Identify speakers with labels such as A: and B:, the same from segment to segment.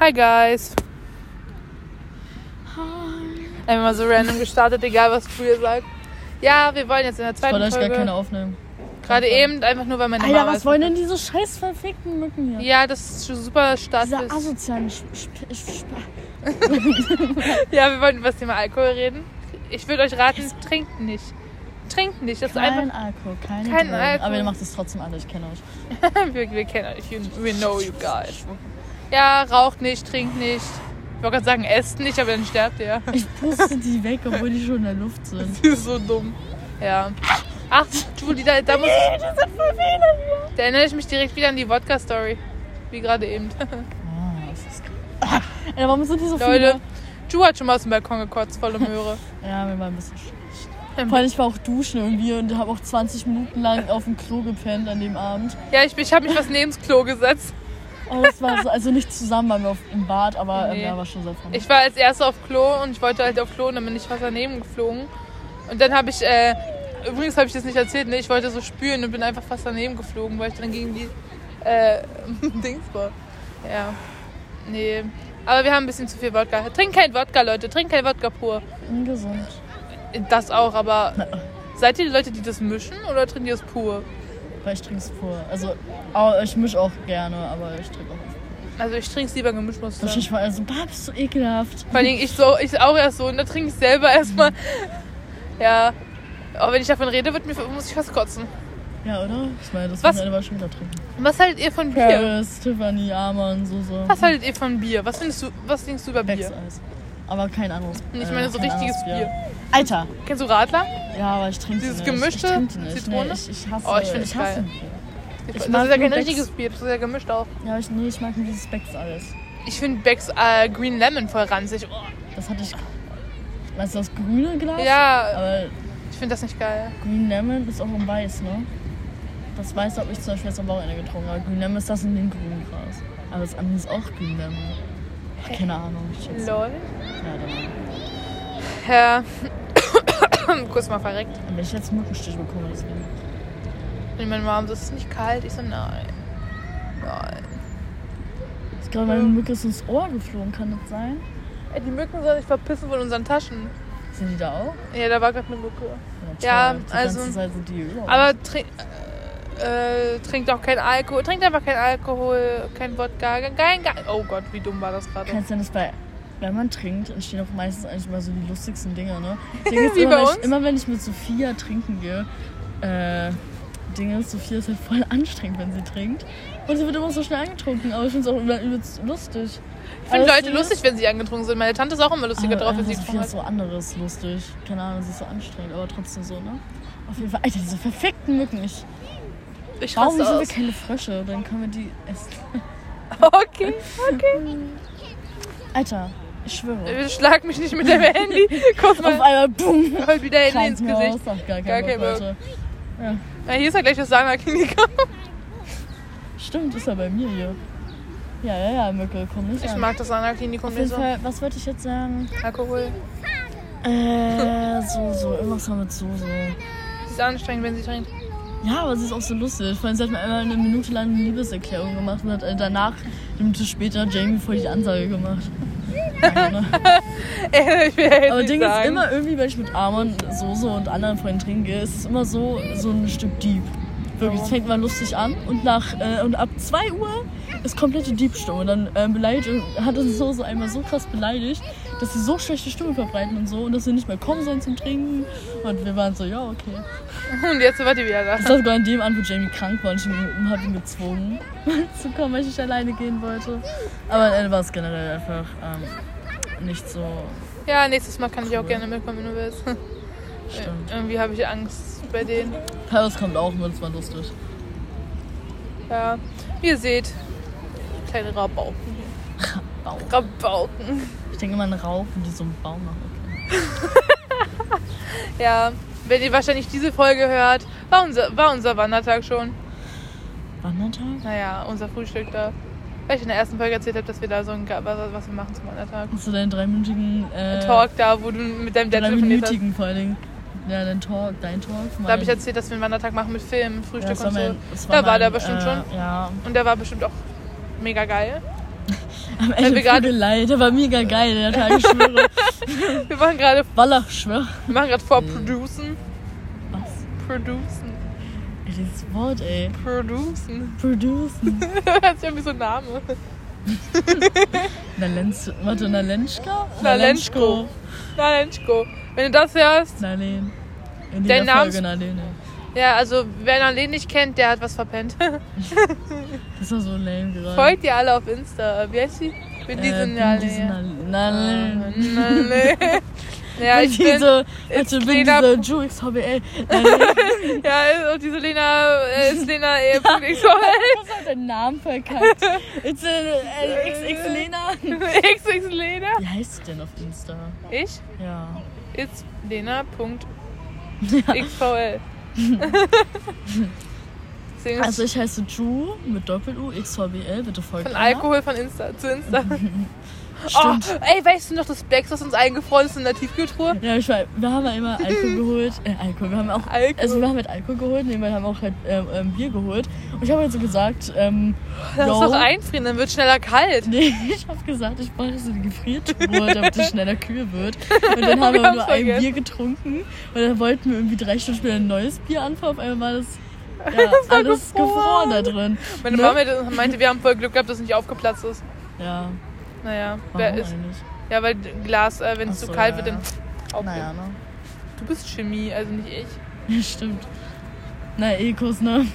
A: Hi guys. Einmal so random gestartet, egal was du ihr sagt. Ja, wir wollen jetzt in der
B: Ich
A: zweiten
B: wollte euch gar
A: Folge.
B: keine aufnehmen.
A: Gerade eben, einfach nur weil meine
C: Alter,
A: Mama
C: was
A: ist.
C: wollen denn diese scheiß verfickten Mücken hier?
A: Ja, das ist schon super stark.
C: Diese
A: ist.
C: asozialen Sch Sch- Sch
A: Ja, wir wollten über das Thema Alkohol reden. Ich würde euch raten, trinkt nicht. Trinkt nicht. Das ist
B: Kein
A: einfach.
B: Alkohol, keine
A: Kein
B: Drogen.
A: Alkohol.
B: Aber ihr macht es trotzdem alle, ich kenne euch.
A: Wir, wir kennen euch. You- We know you guys. Ja, raucht nicht, trinkt nicht. Ich wollte gerade sagen, esst nicht, aber dann sterbt ihr.
B: Ich puste die weg, obwohl die schon in der Luft sind.
A: Die ist so dumm. Ja. Ach, Julie, da, da muss. Nee, das sind Da erinnere ich mich direkt wieder an die Wodka-Story. Wie gerade eben.
B: Ah, das ist
C: Alter, warum sind die so viele?
A: Leute, Ju hat schon mal aus dem Balkon gekotzt, volle Möhre.
B: ja, mir war ein bisschen schlecht.
A: Ähm.
B: Vor allem, ich war auch duschen irgendwie und habe auch 20 Minuten lang auf dem Klo gepennt an dem Abend.
A: Ja, ich, ich habe mich was neben das Klo gesetzt.
B: Oh, das war so, also nicht zusammen, waren wir auf, im Bad, aber ähm,
A: Nee.
B: ja, war schon sehr freundlich.
A: Ich war als erste auf Klo und ich wollte halt auf Klo und dann bin ich fast daneben geflogen. Und dann habe ich, äh, übrigens habe ich das nicht erzählt, ne? ich wollte so spüren und bin einfach fast daneben geflogen, weil ich dann gegen die äh, Dings war. Ja. Nee. Aber wir haben ein bisschen zu viel Wodka. Trinkt kein Wodka, Leute. Trinkt kein Wodka pur.
B: Ungesund.
A: Das auch, aber seid ihr die Leute, die das mischen oder trinkt ihr es pur?
B: Weil ich trinke es pur. Also, au- ich mische auch gerne, aber ich trinke auch.
A: Also ich trinke es lieber gemischt, muss ich
B: Ja.
A: sagen.
B: Ich war also, bah, bist du ekelhaft.
A: Vor allen Dingen ich so, ich auch erst so und da trinke ich selber erstmal. Ja. Aber wenn ich davon rede, wird mir, muss ich fast kotzen.
B: Ja, oder? Ich meine, das
A: Was?
B: Wochenende war schon wieder trinken.
A: Was haltet ihr von Bier?
B: Paris, Tiffany, Amon, so, so.
A: Was haltet ihr von Bier? Was findest du, was denkst du über Bier?
B: Becks-Eis. Aber kein anderes.
A: Ich
B: äh,
A: meine so
B: kein
A: richtiges
B: anderes
A: Bier.
B: Alter!
A: Kennst du Radler?
B: Ja, aber ich trinke
A: Dieses
B: die nicht.
A: gemischte
B: ich trinke die nicht.
A: Zitrone?
B: Nee, ich, ich hasse
A: Oh, ich find das
B: hasse
A: geil.
B: die.
A: Ich
B: Ich
A: das ist
B: mag
A: ja kein
B: nur Becks.
A: richtiges Bier, das ist ja gemischt auch.
B: Ja, ich, nee, ich mag nur dieses Becks-Eis.
A: Ich finde Becks äh, Green Lemon voll ranzig. Oh,
B: Das hatte ich. Weißt du, das grüne Glas?
A: ja,
B: Aber
A: ich finde das nicht geil.
B: Green Lemon ist auch im Weiß, ne? Das Weiß habe ich zum Beispiel jetzt am Wochenende getrunken. Aber Green Lemon ist das in dem grünen Gras. Aber das andere ist auch Green Lemon. Ach, keine Ahnung. Ich schätze.
A: Lol.
B: Ja, dann.
A: Herr. Kurz mal verreckt.
B: Wenn ich jetzt Mückenstich bekomme, deswegen.
A: Und meine Mom so, ist es nicht kalt? Ich so, nein. Nein.
B: Ich glaube, meine Mücke ist ins Ohr geflogen, kann das sein?
A: Ey, die Mücken sollen sich verpissen von unseren Taschen.
B: Sind die da auch?
A: Ja, da war gerade eine Mücke. Ja,
B: Ja, toll. die
A: also-
B: ganze Zeit sind die überall.
A: Aber trink, äh, äh, trinkt auch kein Alkohol. Trinkt einfach kein Alkohol, kein Wodka, kein. Ge- Oh Gott, wie dumm war das gerade?
B: Kann es sein, dass bei, wenn man trinkt, entstehen auch meistens eigentlich mal so die lustigsten Dinge, ne? Ding ist
A: Wie
B: immer,
A: bei
B: wenn ich,
A: uns?
B: immer wenn ich mit Sophia trinken gehe, äh, Dinge ist, Sophia ist halt voll anstrengend, wenn sie trinkt. Und sie wird immer so schnell angetrunken, aber ich finde es auch immer übelst lustig.
A: Ich finde Leute lustig, wenn sie angetrunken sind. Meine Tante ist auch immer lustiger drauf, wenn sie getrunken
B: Sophia Ah, ist
A: hat.
B: so anderes lustig. Keine Ahnung, sie ist so anstrengend, aber trotzdem so, ne? Auf jeden Fall, Alter, diese verfickten Mücken. Ich,
A: Ich
B: warum
A: raste
B: sind wir
A: aus.
B: keine Frösche? Dann können wir die essen.
A: Okay.
B: Alter, ich schwöre.
A: Äh, Schlag mich nicht mit dem Handy. Guck
B: Auf
A: mal,
B: einmal, boom!
A: voll wieder Handy ins
B: Oh Krankenhaus,
A: Gesicht.
B: ach, gar kein,
A: Gar kein
B: Bock, Leute.
A: Ja, hier ist ja gleich das Sana-Klinikum.
B: Stimmt, ist er bei mir hier. Ja, ja, ja, Mücke, komm nicht
A: Ich
B: an.
A: mag das Sana-Klinikum
B: Auf
A: nicht so.
B: jeden Fall, was wollte ich jetzt sagen?
A: Alkohol.
B: Äh, so, so, irgendwas war mit so, so.
A: Sie ist anstrengend, wenn sie trinkt.
B: Ja, aber sie ist auch so lustig. Vor allem, sie hat mir einmal eine Minute lang eine Liebeserklärung gemacht und hat äh, danach, eine Minute später, Jamie voll die Ansage gemacht.
A: Ey, ich will jetzt
B: Aber
A: nicht
B: Ding
A: sagen.
B: ist immer irgendwie, wenn ich mit Armand, Soße und anderen Freunden trinke, ist es immer so, so ein Stück Dieb. Wirklich, es fängt mal lustig an und nach äh, und ab 2 Uhr ist komplette Diebstimmung. Dann ähm, beleidigt, hat uns Soße einmal so krass beleidigt, dass sie so schlechte Stimme verbreiten und so und dass sie nicht mehr kommen sollen zum Trinken. Und wir waren so, ja, okay.
A: Und jetzt wart ihr wieder da.
B: Das war sogar an dem an, wo Jamie krank war und ich habe ihn gezwungen zu kommen, weil ich nicht alleine gehen wollte. Aber am Ende war es generell einfach ähm, nicht so
A: Ja, nächstes Mal kann ich auch
B: Cool.
A: gerne mitkommen, wenn du willst.
B: stimmt.
A: Irgendwie habe ich Angst bei denen.
B: Paris kommt auch mit, es war lustig.
A: Ja. Wie ihr seht, kleine Rabauken.
B: Rabauken.
A: Rabauken.
B: Ich denke immer an Raupen, die so einen Baum machen.
A: Ja, wenn ihr wahrscheinlich diese Folge hört, war unser, war unser Wandertag schon.
B: Wandertag?
A: Naja, unser Frühstück da. Weil ich in der ersten Folge erzählt habe, dass wir da so ein, Ga- was, was wir machen zum Wandertag.
B: Hast du deinen dreiminütigen äh,
A: Talk da, wo du mit deinem Dad telefoniert hast.
B: Dreiminütigen vor allen Dingen. Ja, dein Talk, dein Talk.
A: Da habe ich
B: mein-
A: erzählt, dass wir einen Wandertag machen mit Filmen,
B: ja,
A: Frühstück
B: das war
A: und so.
B: mein, äh, das
A: Da war
B: mein,
A: der bestimmt
B: äh,
A: schon.
B: Ja,
A: Und der war bestimmt auch mega geil.
B: Am Ende
A: wir gerade-
B: Prügelei, der war mega geil, der Tag, ich schwöre.
A: Wir machen gerade
B: Wallach, ich schwöre.
A: wir machen gerade vor Producen.
B: Mhm. Was?
A: Producen.
B: Ey, dieses Wort, ey.
A: Producen.
B: Producen.
A: Das ist irgendwie so ein Name.
B: Nalenz, warte, Nalenschka?
A: Nalenschko. Nalenschko. Wenn du das hörst.
B: Nalen. In
A: Der
B: dieser
A: Namens-
B: Folge Nalene.
A: Ja, also wer Nalen nicht kennt, der hat was verpennt.
B: Das war so lame gerade.
A: Folgt ihr alle auf Insta. Wie heißt sie? Bin
B: Äh,
A: diese
B: bin diese
A: Nalen.
B: Nal- Nalen.
A: Nalen. Ja,
B: Bin
A: ich bin,
B: diese, also bin
A: Lena-
B: diese Juix HBL. Nalen.
A: ja, und diese Lena äh, ist Lena E.
B: Was hat deinen Namen verkackt? It's a, äh, XX Lena.
A: XX Lena.
B: Wie heißt sie denn auf Insta?
A: Ich?
B: Ja.
A: It's Lena.xvl. Deswegen
B: Also ich heiße Ju mit Doppel-U, XVBL, bitte folgt
A: von
B: Anna.
A: Alkohol von Insta zu Insta. Oh,
B: Stimmt.
A: ey, weißt du noch das Blacks, was uns eingefroren ist in der Tiefkühltruhe?
B: Ja, ich weiß, wir haben ja immer Alkohol geholt. Äh, Alkohol, wir haben auch.
A: Alkohol.
B: Also wir haben halt Alkohol geholt, nebenbei haben wir auch halt ähm, ähm, Bier geholt. Und ich habe halt so gesagt, ähm,
A: Lass
B: yo.
A: doch einfrieren, dann wird schneller kalt.
B: Nee, ich habe gesagt, ich brauche so eine Gefriertruhe, damit es schneller kühl wird. Und dann haben
A: Wir
B: wir,
A: haben's
B: nur ein
A: vergessen.
B: Bier getrunken und dann wollten wir irgendwie drei Stunden später ein neues Bier anfangen. Auf einmal war das, ja, alles gefroren. da drin.
A: Meine
B: Ne?
A: Mama meinte, wir haben voll Glück gehabt, dass es nicht aufgeplatzt ist.
B: Ja,
A: Naja,
B: warum
A: wer ist,
B: eigentlich?
A: ja, weil Glas, äh, wenn es
B: Ach
A: zu
B: so,
A: kalt
B: ja,
A: wird, dann aufgeht.
B: Naja, ne?
A: Du bist Chemie, also nicht ich.
B: Ja, stimmt. Na, Ekos, ne?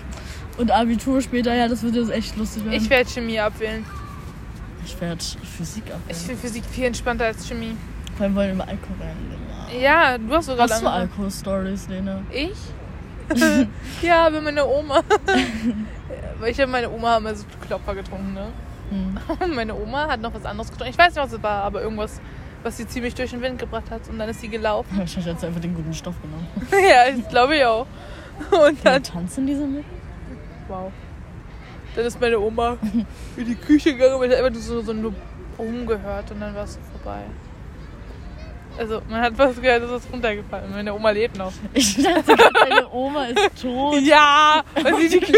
B: Und Abitur später, ja, das wird jetzt echt lustig werden.
A: Ich werde Chemie abwählen.
B: Ich werde Physik ab.
A: Ich finde Physik viel entspannter als Chemie.
B: Vor allem wollen wir immer Alkohol rein. Lena.
A: Ja, du hast sogar
B: Hast du
A: lange-
B: Alkohol-Stories, Lena?
A: Ich? ja, aber meine Oma. Weil ich habe meine Oma immer so Klopfer getrunken, ne?
B: Hm.
A: Meine Oma hat noch was anderes getrunken. Ich weiß nicht, was es war, aber irgendwas, was sie ziemlich durch den Wind gebracht hat. Und dann ist sie gelaufen.
B: Wahrscheinlich hat sie einfach den guten Stoff genommen.
A: ja, ich glaube ja auch. Und
B: Ja,
A: dann,
B: tanzen diese mit?
A: wow. Dann ist meine Oma in die Küche gegangen und hat einfach so, so einen Bumm gehört und dann war es vorbei. Also, man hat was gehört, es ist runtergefallen. Meine Oma lebt noch.
B: Ich dachte gerade, deine Oma ist tot.
A: Ja, weil sie in die Küche,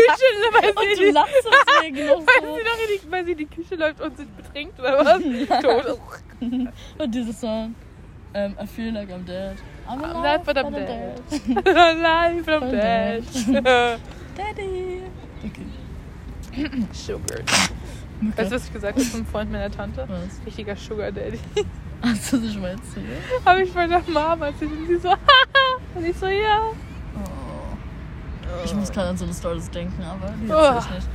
A: weil
B: Und
A: sie
B: du
A: in die
B: lachst deswegen noch
A: Weil sie,
B: so.
A: noch in die, weil sie in die Küche läuft und sich betrinkt oder was? Tot.
B: Und dieses Song. Ähm, I feel like I'm dead. I'm
A: Live but I'm
B: but
A: dead. Live from
B: dead.
A: dead.
B: Daddy. Okay.
A: Sugar.
B: Mücke.
A: Weißt du, was ich gesagt habe zum Freund meiner Tante?
B: Was?
A: Richtiger Sugar Daddy.
B: Hast du das schon mal erzählt?
A: Habe ich meiner Mama erzählt und sie so, haha. Und ich so, ja.
B: Ich muss gerade an so eine Stories denken, aber die
A: Oh.
B: erzähl ich nicht.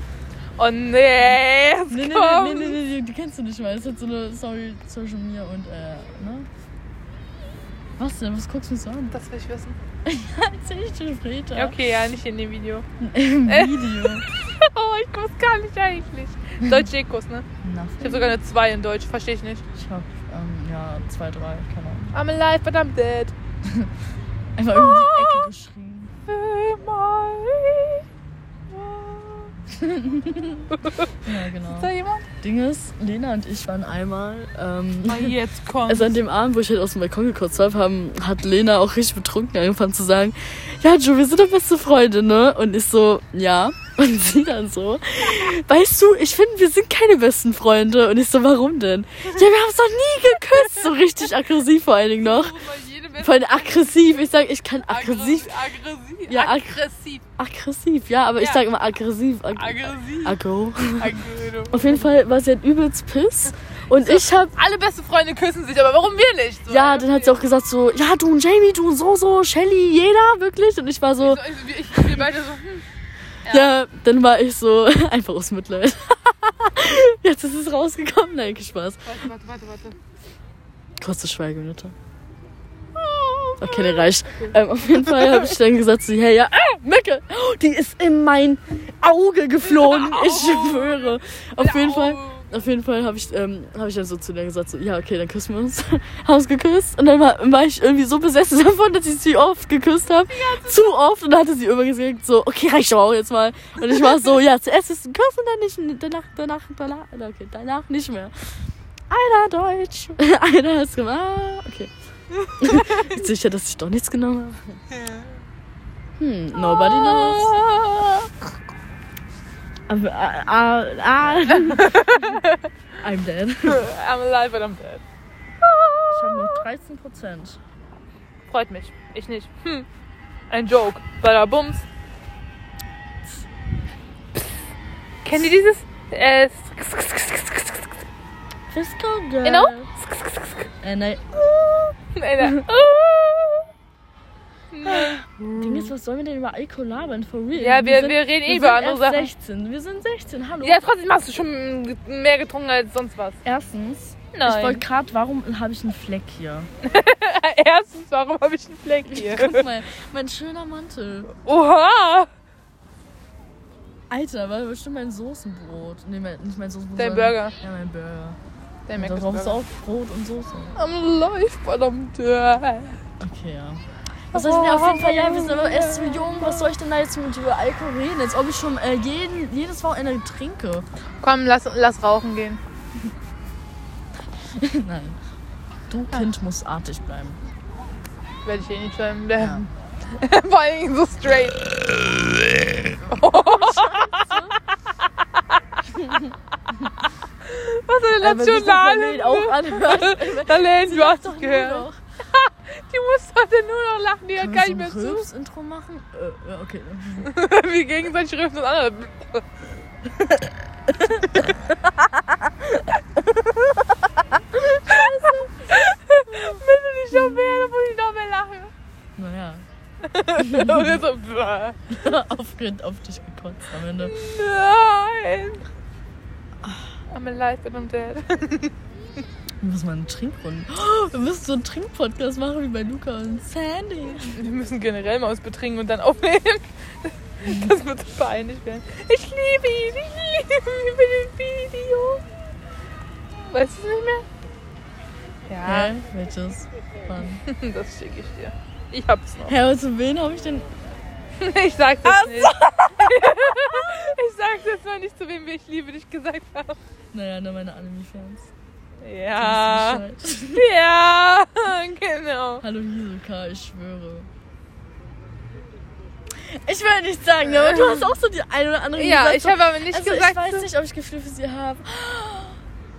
A: Oh nee, jetzt
B: Nee, nee, nee,
A: kommt.
B: nee, nee, nee, die kennst du nicht, weil es hat halt so eine Story zwischen mir und, äh, ne? Was denn? Was guckst du mich so an?
A: Das will ich wissen.
B: Erzähl ich dir später.
A: Okay, ja, nicht in dem Video.
B: Im Video.
A: Oh, ich muss gar nicht eigentlich. Deutsche Ekos, ne? Ich habe sogar eine 2 in Deutsch, verstehe ich nicht.
B: Ich hab, ähm, ja, zwei, drei, keine Ahnung.
A: I'm alive, but I'm dead.
B: Einfach irgendwie in
A: Ah!
B: die Ecke geschrien. Ja, genau.
A: Ist da jemand?
B: Ding ist, Lena und ich waren einmal, ähm,
A: jetzt kommt.
B: also an dem Abend, wo ich halt aus dem Balkon gekotzt habe, haben, hat Lena auch richtig betrunken angefangen zu sagen, ja, Ju, wir sind doch beste Freunde, ne? Und ich so, ja. Und sie dann so, weißt du, ich finde, wir sind keine besten Freunde. Und ich so, warum denn? Ja, wir haben es doch nie geküsst. So richtig aggressiv vor allen Dingen noch.
A: Oh,
B: Vor allem aggressiv. Ich sag, ich kann aggressiv.
A: Aggressiv.
B: Ja, ag-
A: aggressiv.
B: Aggressiv, ja, aber ich
A: Ja.
B: sag immer aggressiv. Ag
A: Aggressiv.
B: Agro.
A: Aggressiv.
B: Auf jeden Fall war sie halt übelst piss. Und ich hab.
A: Alle beste Freunde küssen sich, aber warum wir nicht? So, ne?
B: Ja, dann hat sie auch gesagt so, ja, du und Jamie, du und so, so, Shelly, jeder, wirklich. Und ich war so,
A: So, also, wir- ich, wir beide so, hm,
B: ja, dann war ich so, einfach aus Mitleid. Jetzt ist es rausgekommen, nein, kein Spaß.
A: warte, warte, warte, warte.
B: Kurze Schweigeminute. Okay, der reicht. Ähm, auf jeden Fall habe ich dann gesagt so, ja, ja, ah, Mücke, oh, die ist in mein Auge geflohen, ich schwöre. Auf jeden Fall. Auf jeden Fall habe ich, ähm, hab ich dann so zu der gesagt, so, ja, okay, dann küssen wir uns. haben uns geküsst. Und dann war, war ich irgendwie so besessen davon, dass ich sie oft geküsst habe. Zu oft. Und dann hatte sie immer gesagt, so, okay, reicht doch auch jetzt mal. Und ich war so, ja, zuerst ist ein Kuss und dann nicht, danach, danach, danach, okay, danach nicht mehr. Einer Deutsch. Einer ist gemacht. Ah, okay. Bin sicher, dass ich doch nichts genommen habe. Hm, nobody knows. Aber, ah, ah, I'm dead.
A: I'm alive and I'm dead.
B: Ich habe noch 13 Prozent.
A: Freut mich. Ich nicht. Hm. Ein Joke. Badabums. Kennt ihr dieses? Äh,
B: Fiscal Girl.
A: Genau.
B: Äh, nein.
A: Alter.
B: Ding ist, was sollen wir denn über Alkohol labern? For real.
A: Ja, wir, wir reden eh über andere
B: sind
A: Sachen.
B: erst 16. Wir sind 16. Hallo.
A: Ja, trotzdem hast du schon mehr getrunken als sonst was.
B: Erstens. Ich wollte gerade, warum habe ich einen Fleck hier?
A: Erstens, warum habe ich einen Fleck hier?
B: Guck mal, mein schöner Mantel.
A: Oha!
B: Alter, war bestimmt mein Soßenbrot. Nee, mein, nicht mein Soßenbrot.
A: Dein
B: sondern-
A: Burger.
B: Ja, mein Burger.
A: Der
B: Da
A: Mac ist
B: drauf ist
A: Burger.
B: auch Brot und Soße.
A: I'm alive, verdammt. Ja.
B: Okay, ja. Was soll ich mir auf jeden Fall, ja, wir sind aber erst so jung, was soll ich denn da jetzt mit über Alkohol reden? Als ob ich schon äh, jeden, jedes Wochenende trinke.
A: Komm, lass, lass rauchen gehen.
B: Nein. Du Kind musst artig bleiben.
A: Werde ich eh nicht schreiben. Vor allen Dingen so straight. Oh, Was für eine
B: Wenn sich das
A: Nationale?
B: Planet auch anhört,
A: Darlene, du hast
B: doch
A: es
B: nur
A: gehört.
B: noch.
A: Die muss heute nur noch lachen, die hört
B: Können
A: gar
B: wir
A: nicht
B: so ein
A: mehr zu.
B: Rülps-Intro machen? Äh, ja, okay.
A: Wie gegenseitig rufen und andere. Müssen nicht noch mehr, da muss ich noch mehr lachen.
B: Naja,
A: Und jetzt so, bäh.
B: aufgeregt auf dich gekotzt am Ende.
A: nein. I'm alive and I'm dead.
B: Wir müssen mal einen Trinkrunden. Oh, wir müssen so einen Trinkpodcast machen wie bei Luca und Sandy.
A: Wir müssen generell mal uns betrinken und dann aufnehmen. Das wird so peinlich werden. Ich liebe ihn, ich liebe ihn über den Video. Weißt du es nicht mehr?
B: Hä? Welches? Wann?
A: Das schicke ich dir. Ich hab's noch.
B: Hä, aber zu wen habe ich denn?
A: Ich sag's jetzt nicht. ich sag's jetzt noch nicht, zu wem wir ich liebe dich gesagt haben.
B: Naja, nur meine Anime-Fans.
A: Ja.
B: Die wissen Bescheid.
A: Ja, genau.
B: Hallo Hisoka, ich schwöre. Ich will nichts sagen, aber du hast auch so die eine oder andere
A: Ja,
B: gesagt,
A: ich
B: so,
A: habe aber nicht
B: also
A: gesagt,
B: ich weiß nicht, ob ich Gefühle für sie habe.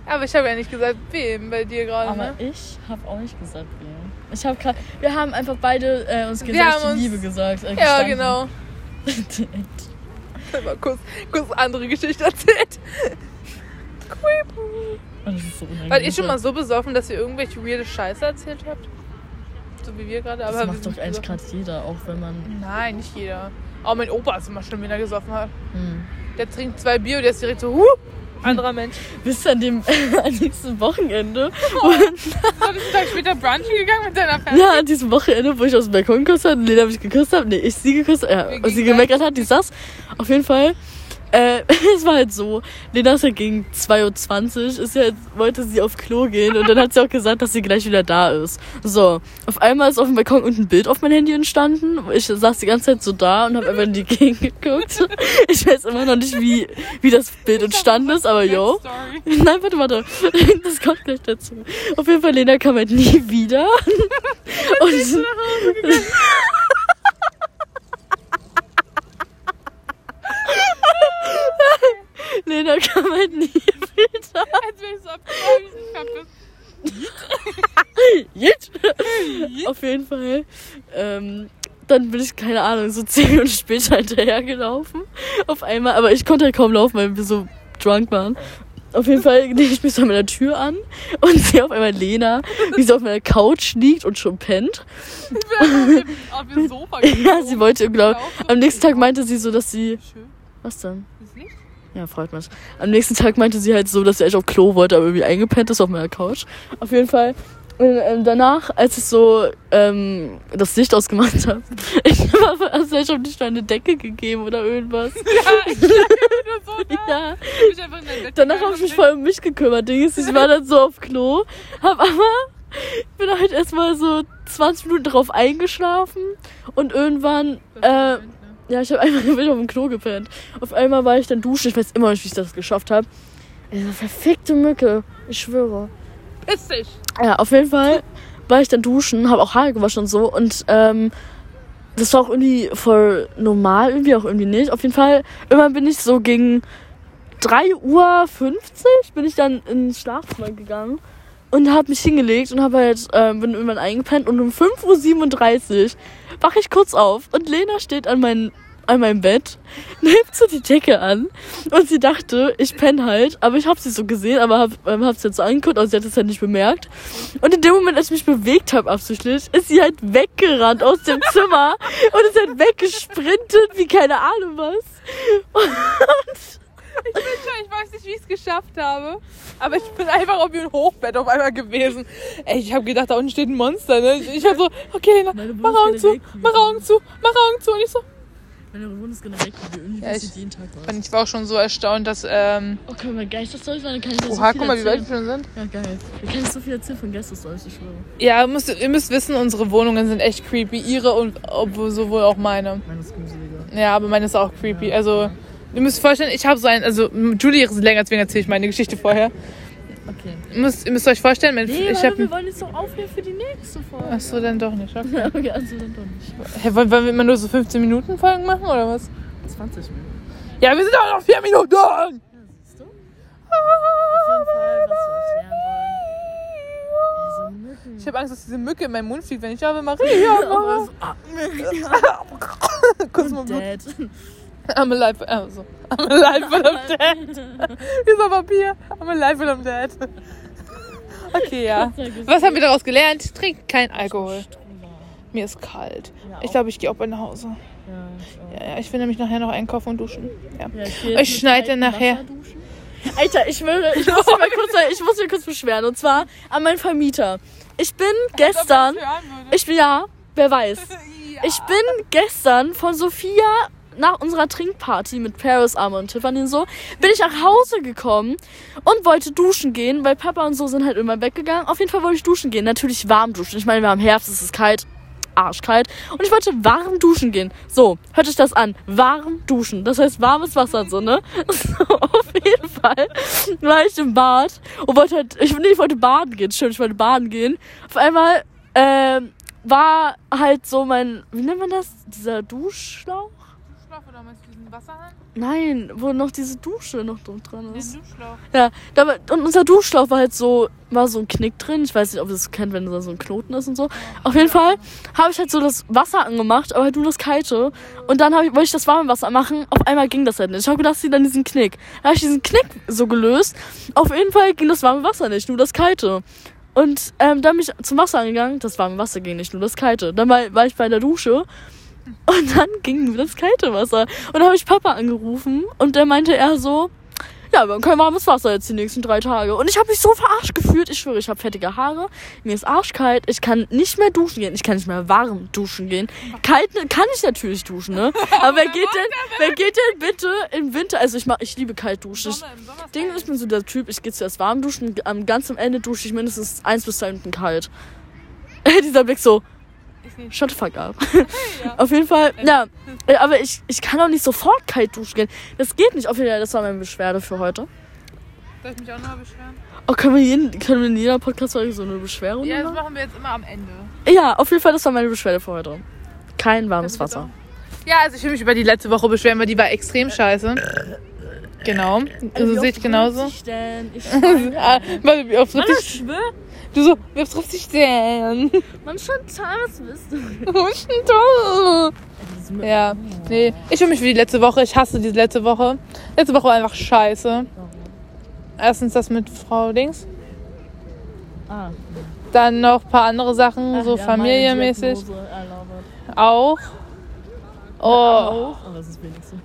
A: aber ich habe ja nicht gesagt, wem bei dir gerade,
B: Aber
A: ne?
B: ich habe auch nicht gesagt, wir. Ich habe grad- wir haben einfach beide äh, uns gegenseitig
A: haben
B: die
A: uns-
B: Liebe gesagt. Äh,
A: Ja,
B: gestanden.
A: genau. Mal kurz, kurz andere Geschichte erzählt.
B: Mhm. Oh, das ist so unangenehm.
A: Wart ihr schon mal so besoffen, dass ihr irgendwelche weirde Scheiße erzählt habt? So wie wir gerade,
B: Das
A: aber. wir
B: macht
A: sind
B: doch eigentlich
A: besoffen.
B: gerade jeder, auch wenn man.
A: Nein, nicht jeder. Auch mein Opa ist immer schon, wenn er gesoffen hat.
B: Hm.
A: Der trinkt zwei Bier und der ist direkt so, huh, anderer Mensch.
B: Bis an dem an nächsten Wochenende.
A: So, das ist Tag später brunchen gegangen mit deiner Familie.
B: Ja, an diesem Wochenende, wo ich aus dem Balkon geküsst habe, Lena mich geküsst habe, nee, ich sie geküsst
A: Wir
B: äh,
A: gingen
B: sie gemeckert hat, die saß. Auf jeden Fall. Äh, es war halt so, Lena ist halt gegen 2.20 Uhr, ist halt, wollte sie auf Klo gehen und dann hat sie auch gesagt, dass sie gleich wieder da ist. So, auf einmal ist auf dem Balkon unten ein Bild auf mein Handy entstanden. Ich saß die ganze Zeit so da und habe einfach in die Gegend geguckt. Ich weiß immer noch nicht, wie, wie das Bild entstanden ist, aber yo.
A: Story.
B: Nein, warte, warte. Das kommt gleich dazu. Auf jeden Fall, Lena kam halt nie wieder. Und Lena kam halt nie wieder.
A: Als wäre ich so abgefahren.
B: Jetzt. Auf jeden Fall. Ähm, dann bin ich, keine Ahnung, so zehn Minuten später hinterhergelaufen. Auf einmal, aber ich konnte halt kaum laufen, weil wir so drunk waren. Auf jeden Fall lege ich mich so an meiner Tür an und sehe auf einmal Lena, wie sie auf meiner Couch liegt und schon pennt.
A: Ich wäre auf dem Sofa gegangen.
B: Ja, sie wollte, glaube Am nächsten Tag meinte sie so, dass sie.
A: Schön.
B: Was denn?
A: Ist nicht?
B: Ja, freut mich. Am nächsten Tag meinte sie halt so, dass sie eigentlich auf Klo wollte, aber irgendwie eingepennt ist auf meiner Couch. Auf jeden Fall. Und, ähm, danach, als ich so ähm, das Licht ausgemacht habe, ich habe also ich hab nicht mal eine Decke gegeben oder irgendwas.
A: Ja, ich lag nur so da.
B: Ja.
A: Ich bin einfach in dein Bett
B: Danach
A: gegangen
B: habe ich mich
A: und
B: voll um mich gekümmert. Ding ist, ich war dann so auf Klo, hab aber bin halt erstmal so 20 Minuten drauf eingeschlafen und irgendwann
A: bin-
B: äh, Ja, ich habe einmal wild auf dem Klo gepennt. Auf einmal war ich dann duschen. Ich weiß immer noch nicht, wie ich das geschafft habe. Diese verfickte Mücke. Ich schwöre.
A: Piss dich.
B: Ja, auf jeden Fall war ich dann duschen, habe auch Haare gewaschen und so. Und ähm, das war auch irgendwie voll normal, irgendwie auch irgendwie nicht. Auf jeden Fall, immer bin ich so gegen 3.50 Uhr bin ich dann ins Schlafzimmer gegangen und habe mich hingelegt und habe halt, äh, bin irgendwann eingepennt und um 5.37 Uhr wache ich kurz auf und Lena steht an meinem an meinem Bett, nimmt so die Decke an und sie dachte, ich penne halt, aber ich habe sie so gesehen, aber hab, ähm, hab sie jetzt so angeguckt, aber sie hat es halt nicht bemerkt. Und in dem Moment, als ich mich bewegt habe absichtlich, ist sie halt weggerannt aus dem Zimmer und ist halt weggesprintet, wie keine Ahnung was. Und
A: ich bin schon, ich weiß nicht, wie ich es geschafft habe. Aber ich bin einfach auf dem Hochbett auf einmal gewesen. Ey, ich habe gedacht, da unten steht ein Monster. Ne? Ich, ich habe so, okay, Lena, mach Augen zu, mach Augen zu, mach Augen zu. Und ich so.
B: Meine Wohnung ist generell irgendwie
A: Ja,
B: ja, ich,
A: ich-
B: jeden Tag was.
A: Und ich war auch schon so erstaunt, dass. Ähm,
B: Oh, guck mal, Geisterstories, dann kann ich dir so
A: oha,
B: viel
A: guck mal, wie weit
B: erzählen.
A: wir schon sind.
B: Ja, geil. Wir können so viel erzählen von Geisterstories, ich schwöre.
A: Ja, ihr müsst, ihr müsst wissen, unsere Wohnungen sind echt creepy. Ihre und obwohl, sowohl auch meine.
B: Meine ist gruseliger.
A: Ja, aber meine ist auch creepy. Also, ihr müsst vorstellen, ich habe so ein. Also, Julie ist länger, deswegen erzähle ich meine Geschichte vorher.
B: Okay.
A: Ihr müsst, ihr müsst euch vorstellen, mein,
B: Nee,
A: ich
B: warte, wir
A: habe.
B: wollen jetzt doch aufhören für die nächste Folge.
A: Achso, dann doch nicht. Okay.
B: Okay, also dann doch nicht.
A: Hä, wollen, wollen wir immer nur so 15 Minuten Folgen machen oder was?
B: 20 Minuten.
A: Ja, wir sind doch noch 4 Minuten!
B: Ja, siehst du? Auf jeden Fall, was wir erklären wollen. Diese Mücken.
A: Ich habe Angst, dass diese Mücke in meinen Mund fliegt, wenn ich Ave Maria
B: Aber
A: mache.
B: so, ah,
A: Kurz mal Blut.
B: dead.
A: I'm alive. Also, I'm alive but I'm dead. Dieser Papier. I'm alive but I'm dead. Okay, ja. Was haben wir daraus gelernt? Trinkt kein Alkohol. Mir ist kalt.
B: Ja,
A: Ich glaube, ich gehe auch bald nach Hause.
B: Ja, ich auch.
A: Ja, ja, ich will nämlich nachher noch einkaufen und duschen. Ja.
B: Ja, ich geh jetzt
A: Ich
B: mit
A: schneide
B: kaltem
A: nachher.
B: Wasser duschen. Alter, ich will, ich muss mich mal kurz, ich muss mich kurz beschweren. Und zwar an meinen Vermieter. Ich bin gestern, ich bin ja, wer weiß. Ich bin gestern von Sophia nach unserer Trinkparty mit Paris, Arme und Tiffany und so, bin ich nach Hause gekommen und wollte duschen gehen, weil Papa und so sind halt immer weggegangen. Auf jeden Fall wollte ich duschen gehen. Natürlich warm duschen. Ich meine, wir haben Herbst, es ist kalt, arschkalt. Und ich wollte warm duschen gehen. So, hört euch das an. Warm duschen. Das heißt warmes Wasser und so, ne? So, auf jeden Fall war ich im Bad und wollte halt, ich, nee, ich wollte baden gehen. Stimmt, ich wollte baden gehen. Auf einmal, ähm, war halt so mein, wie nennt man das? Dieser Duschschlauch?
A: Duschschlauch oder meinst du diesen Wasserhahn?
B: Nein, wo noch diese Dusche noch drum dran ist.
A: Duschschlauch.
B: Ja, da war, und unser Duschschlauch war halt so, war so ein Knick drin. Ich weiß nicht, ob ihr es kennt, wenn da so ein Knoten ist und so. Auf jeden Fall habe ich halt so das Wasser angemacht, aber halt nur das kalte. Und dann hab ich, wollte ich das warme Wasser machen. Auf einmal ging das halt nicht. Ich habe gedacht, sie dann diesen Knick. Da habe ich diesen Knick so gelöst. Auf jeden Fall ging das warme Wasser nicht, nur das kalte. Und ähm, dann bin ich zum Wasser angegangen. Das warme Wasser ging nicht, nur das kalte. Dann war, war ich bei der Dusche. Und dann ging nur das kalte Wasser. Und dann habe ich Papa angerufen und der meinte er so, ja, wir haben kein warmes Wasser jetzt die nächsten drei Tage. Und ich habe mich so verarscht gefühlt. Ich schwöre, ich habe fettige Haare. Mir ist arschkalt. Ich kann nicht mehr duschen gehen. Ich kann nicht mehr warm duschen gehen. Kalt ne- kann ich natürlich duschen, ne? Aber wer geht denn, wer geht denn bitte im Winter? Also ich mach, ich liebe kalt duschen. Ich,
A: Im Sommer ist
B: Ding ist, ich bin so der Typ, ich gehe zuerst warm duschen, am ganz am Ende dusche ich mindestens eins bis zwei Minuten kalt. Dieser Blick so, shut the fuck up. Auf jeden Fall, ja, äh, aber ich, ich kann auch nicht sofort kalt duschen gehen. Das geht nicht. Auf jeden Fall, das war meine Beschwerde für heute.
A: Soll ich mich auch nochmal beschweren?
B: Oh, können wir, jeden, können wir in jeder Podcast-Folge so eine Beschwerde
A: Ja, das
B: machen?
A: machen wir jetzt immer am Ende.
B: Ja, auf jeden Fall, das war meine Beschwerde für heute. Kein warmes Wasser.
A: Ja, also ich will mich über die letzte Woche beschweren, weil die war extrem scheiße. Genau.
B: Äh,
A: Also seht genauso.
B: Ich denn? Ich
A: Ah, Warte, wie oft
B: Mann,
A: trifft
B: ich schwöre,
A: dich? Du so, wie oft trifft dich denn?
B: man schon Tages bist du.
A: Wo ist denn du? Ja, nee. Ich will mich für die letzte Woche. Ich hasse diese letzte Woche. Letzte Woche war einfach scheiße. Erstens das mit Frau Dings.
B: Ah,
A: Dann noch ein paar andere Sachen,
B: Ach
A: so
B: Ah, ja, meine
A: familienmäßig.
B: Diagnose, I love it.
A: Auch. Oh,
B: Auch, aber es ist wenigstens.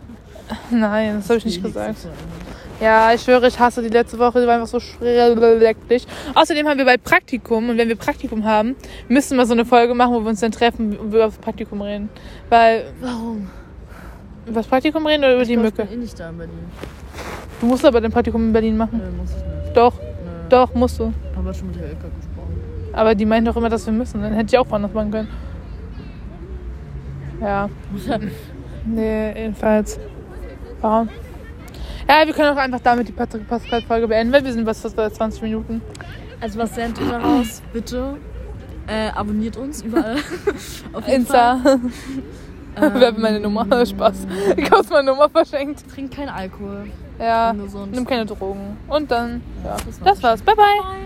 A: nein, das habe ich nicht gesagt.
B: wenigstens so.
A: Ja, ich schwöre, ich hasse die letzte Woche, die war einfach so schrecklich. Außerdem haben wir bald Praktikum und wenn wir Praktikum haben, müssen wir so eine Folge machen, wo wir uns dann treffen und wir über das Praktikum reden. Weil,
B: Warum?
A: über das Praktikum reden oder über die
B: Ich glaub, Ich
A: Mücke?
B: bin eh nicht da in Berlin.
A: Du musst aber dein Praktikum in Berlin machen.
B: Nö, muss ich nicht.
A: Doch,
B: Nö.
A: doch, musst du.
B: Haben wir schon mit der Elke gesprochen.
A: Aber die meinten doch immer, dass wir müssen. Dann hätte ich auch woanders machen können. Ja. nee, jedenfalls. Warum? Ja, wir können auch einfach damit die Patrick Pascal-Folge beenden, weil wir sind was fast bei 20 Minuten.
B: Also was lernt ihr daraus? Bitte Äh, abonniert uns überall. Auf jeden Fall.
A: Insta. Ähm. Wer hat meine Nummer? Spaß. Ich hab's meine Nummer verschenkt.
B: Ähm, Trinkt kein Alkohol.
A: Ja.
B: Ungesund.
A: Nimm keine Drogen. Und dann. Ja.
B: Das war's.
A: Das war's. Bye bye.